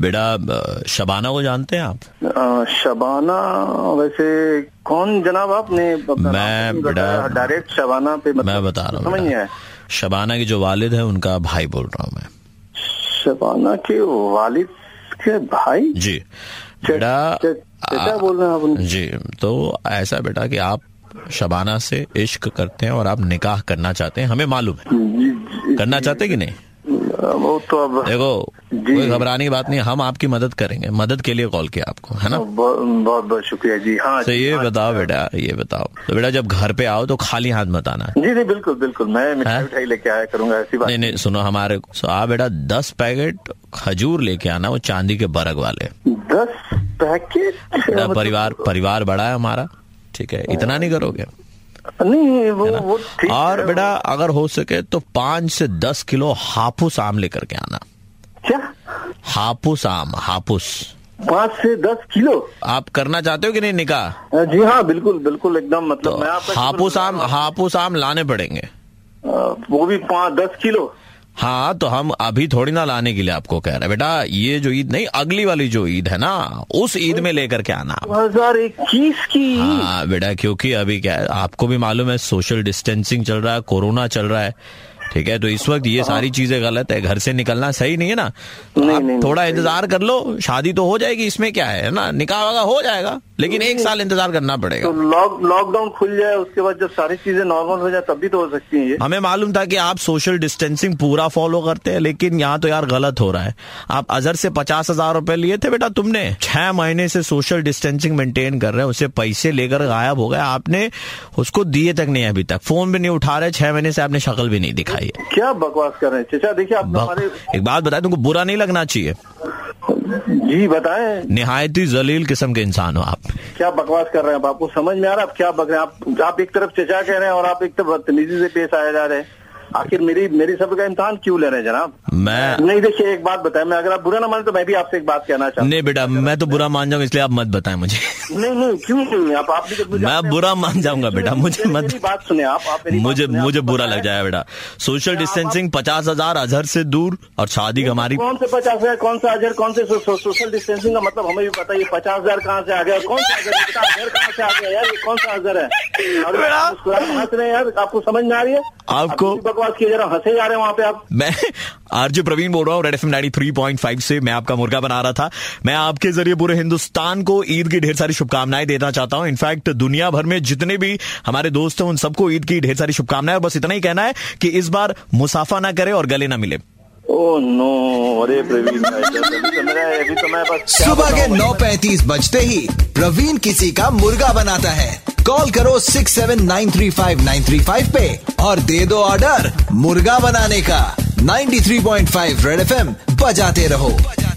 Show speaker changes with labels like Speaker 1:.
Speaker 1: बेटा शबाना को जानते हैं आप
Speaker 2: आ, शबाना वैसे कौन जनाब आपने अपना
Speaker 1: मैं
Speaker 2: नाम बताया?
Speaker 1: बड़ा-
Speaker 2: डायरेक्ट शबाना पे मतलब
Speaker 1: मैं बता रहा हूँ
Speaker 2: समझ नहीं आया
Speaker 1: बेटा। शबाना के जो वालिद है उनका भाई बोल रहा हूँ मैं
Speaker 2: शबाना के वालिद के भाई
Speaker 1: जी
Speaker 2: चे-
Speaker 1: बेटा
Speaker 2: चे- चचा बोल रहे हैं आप उनके?
Speaker 1: जी तो ऐसा बेटा कि आप शबाना से इश्क करते हैं और आप निकाह करना चाहते हैं हमें मालूम है
Speaker 2: जी, जी,
Speaker 1: करना चाहते हैं कि नहीं
Speaker 2: आ, वो तो अब
Speaker 1: देखो
Speaker 2: जी।
Speaker 1: कोई घबराने की बात नहीं है, हम आपकी मदद करेंगे मदद के लिए कॉल किया आपको है ना
Speaker 2: बहुत बहुत बहुत शुक्रिया जी हाँ
Speaker 1: तो ये
Speaker 2: हाँ,
Speaker 1: बताओ बेटा ये बताओ तो बेटा जब घर पे आओ तो खाली हाथ मत आना
Speaker 2: जी जी बिल्कुल बिल्कुल मैं
Speaker 1: हाँ?
Speaker 2: मिठाई उठाई लेके आया करूंगा ऐसी बात
Speaker 1: नहीं नहीं सुनो हमारे सो आ बेटा दस पैकेट खजूर लेके आना वो चांदी के बरग वाले
Speaker 2: दस पैकेट
Speaker 1: बेटा
Speaker 2: मतलब-
Speaker 1: परिवार परिवार बड़ा है हमारा ठीक है इतना नहीं करोगे
Speaker 2: नहीं वो वो ठीक
Speaker 1: और
Speaker 2: है,
Speaker 1: बेटा अगर हो सके तो पाँच से दस किलो हापुस आम लेकर के आना
Speaker 2: वो- क्या
Speaker 1: हापुस आम हापुस
Speaker 2: पाँच से दस किलो
Speaker 1: आप करना चाहते हो कि नहीं निकाह
Speaker 2: अ, जी हाँ बिल्कुल बिल्कुल एकदम मतलब मैं आपका
Speaker 1: तो
Speaker 2: शुक्र
Speaker 1: हापुस
Speaker 2: गुजार
Speaker 1: आम
Speaker 2: हूँ।
Speaker 1: हापुस आम लाने पड़ेंगे
Speaker 2: अ, वो भी पाँच दस किलो
Speaker 1: हाँ तो हम अभी थोड़ी ना लाने के लिए आपको कह रहे हैं बेटा ये जो ईद नहीं अगली वाली जो ईद है ना उस ईद में लेकर के आना आप
Speaker 2: दो हजार इक्कीस की
Speaker 1: हाँ बेटा क्योंकि अभी क्या है आपको भी मालूम है सोशल डिस्टेंसिंग चल रहा है कोरोना चल रहा है ठीक है तो इस वक्त ये सारी चीजें गलत है घर से निकलना सही नहीं है ना तो
Speaker 2: हाँ। नहीं,
Speaker 1: आप
Speaker 2: नहीं,
Speaker 1: थोड़ा
Speaker 2: नहीं,
Speaker 1: इंतजार कर लो शादी तो हो जाएगी इसमें क्या है है ना निकाह वगैरह हो जाएगा लेकिन एक साल इंतजार करना
Speaker 2: तो
Speaker 1: पड़ेगा
Speaker 2: लॉक लॉकडाउन खुल जाए उसके बाद जब सारी चीजें नॉर्मल हो जाए तब भी तो हो सकती है ये
Speaker 1: हमें मालूम था कि आप सोशल डिस्टेंसिंग पूरा फॉलो करते हैं लेकिन यहाँ तो यार गलत हो रहा है आप अजहर से पचास हजार रूपए लिए थे बेटा तुमने छह महीने से सोशल डिस्टेंसिंग मेंटेन कर रहे हैं उसे पैसे लेकर गायब हो गए आपने उसको दिए तक नहीं अभी तक फोन भी नहीं उठा रहे छह महीने से आपने शक्ल भी नहीं दिखाई है
Speaker 2: क्या बकवास कर रहे हैं चचा देखिए आप तो हमारे
Speaker 1: बक- एक बात बताए तुमको बुरा नहीं लगना चाहिए
Speaker 2: जी बताएं
Speaker 1: निहायत ही जलील किस्म के इंसान हो आप
Speaker 2: क्या बकवास कर रहे हैं आप आपको समझ में आ रहा है आप क्या बक रहे हैं आप आप एक तरफ चचा कह रहे हैं और आप एक तरफ बदतमीजी से पेश आया जा रहे हैं आखिर मेरी मेरी सब्र का इम्तहान क्यों ले रहे हैं जनाब
Speaker 1: मैं
Speaker 2: नहीं देखिए एक बात बताएं मैं अगर आप बुरा ना माने तो मैं भी आपसे एक बात कहना चाहता
Speaker 1: नहीं बेटा मैं तो बुरा मान जाऊंगा इसलिए आप मत बताएं मुझे
Speaker 2: हूं नहीं नहीं क्यों नहीं आप आप भी तो मुझे-
Speaker 1: मैं बुरा मान जाऊंगा बेटा मुझे
Speaker 2: मेरी-
Speaker 1: मत
Speaker 2: मेरी बात सुने आप आप मेरी बात
Speaker 1: मुझे
Speaker 2: सुने, आप तो
Speaker 1: मुझे बुरा
Speaker 2: बताएं,
Speaker 1: लग जाएगा बेटा सोशल डिस्टेंसिंग पचास हजार अजहर से दूर और शादी हमारी
Speaker 2: कौन से पचास हजार कौन सा हजार कौन से सो, सो, सोशल डिस्टेंसिंग का मतलब हमें भी पता है ये पचास हजार कहाँ से आ गया और कौन सा हजार पता हजार कहाँ से आ गया यार ये कौन सा हजार है और
Speaker 1: बेटा।
Speaker 2: आप मुस्कुरा के हंस रहे हैं यार आपको समझ में आ रही है
Speaker 1: आपको-
Speaker 2: आप इतनी बकवास किए जा रहे हो, हंसे जा रहे हैं वहाँ पे आप
Speaker 1: मैं आरजे प्रवीण बोल रहा हूँ रेड एफ 93.5 से मैं आपका मुर्गा बना रहा था मैं आपके जरिए पूरे हिंदुस्तान को ईद की ढेर सारी शुभकामनाएं देना चाहता हूँ इनफैक्ट दुनिया भर में जितने भी हमारे दोस्त हैं उन सबको ईद की ढेर सारी शुभकामनाएं और बस इतना ही कहना है कि इस बार मुसाफा ना करे और गले ना मिले
Speaker 2: ओ नो अरे प्रवीण भाई, अभी तो मेरा अभी तो मैं बस क्या
Speaker 3: सुबह के
Speaker 2: बताऊं,
Speaker 3: 9:35 बजते ही प्रवीण किसी का मुर्गा बनाता है कॉल करो 6793593 पे और दे दो ऑर्डर मुर्गा बनाने का 93.5 रेड एफएम बजाते रहो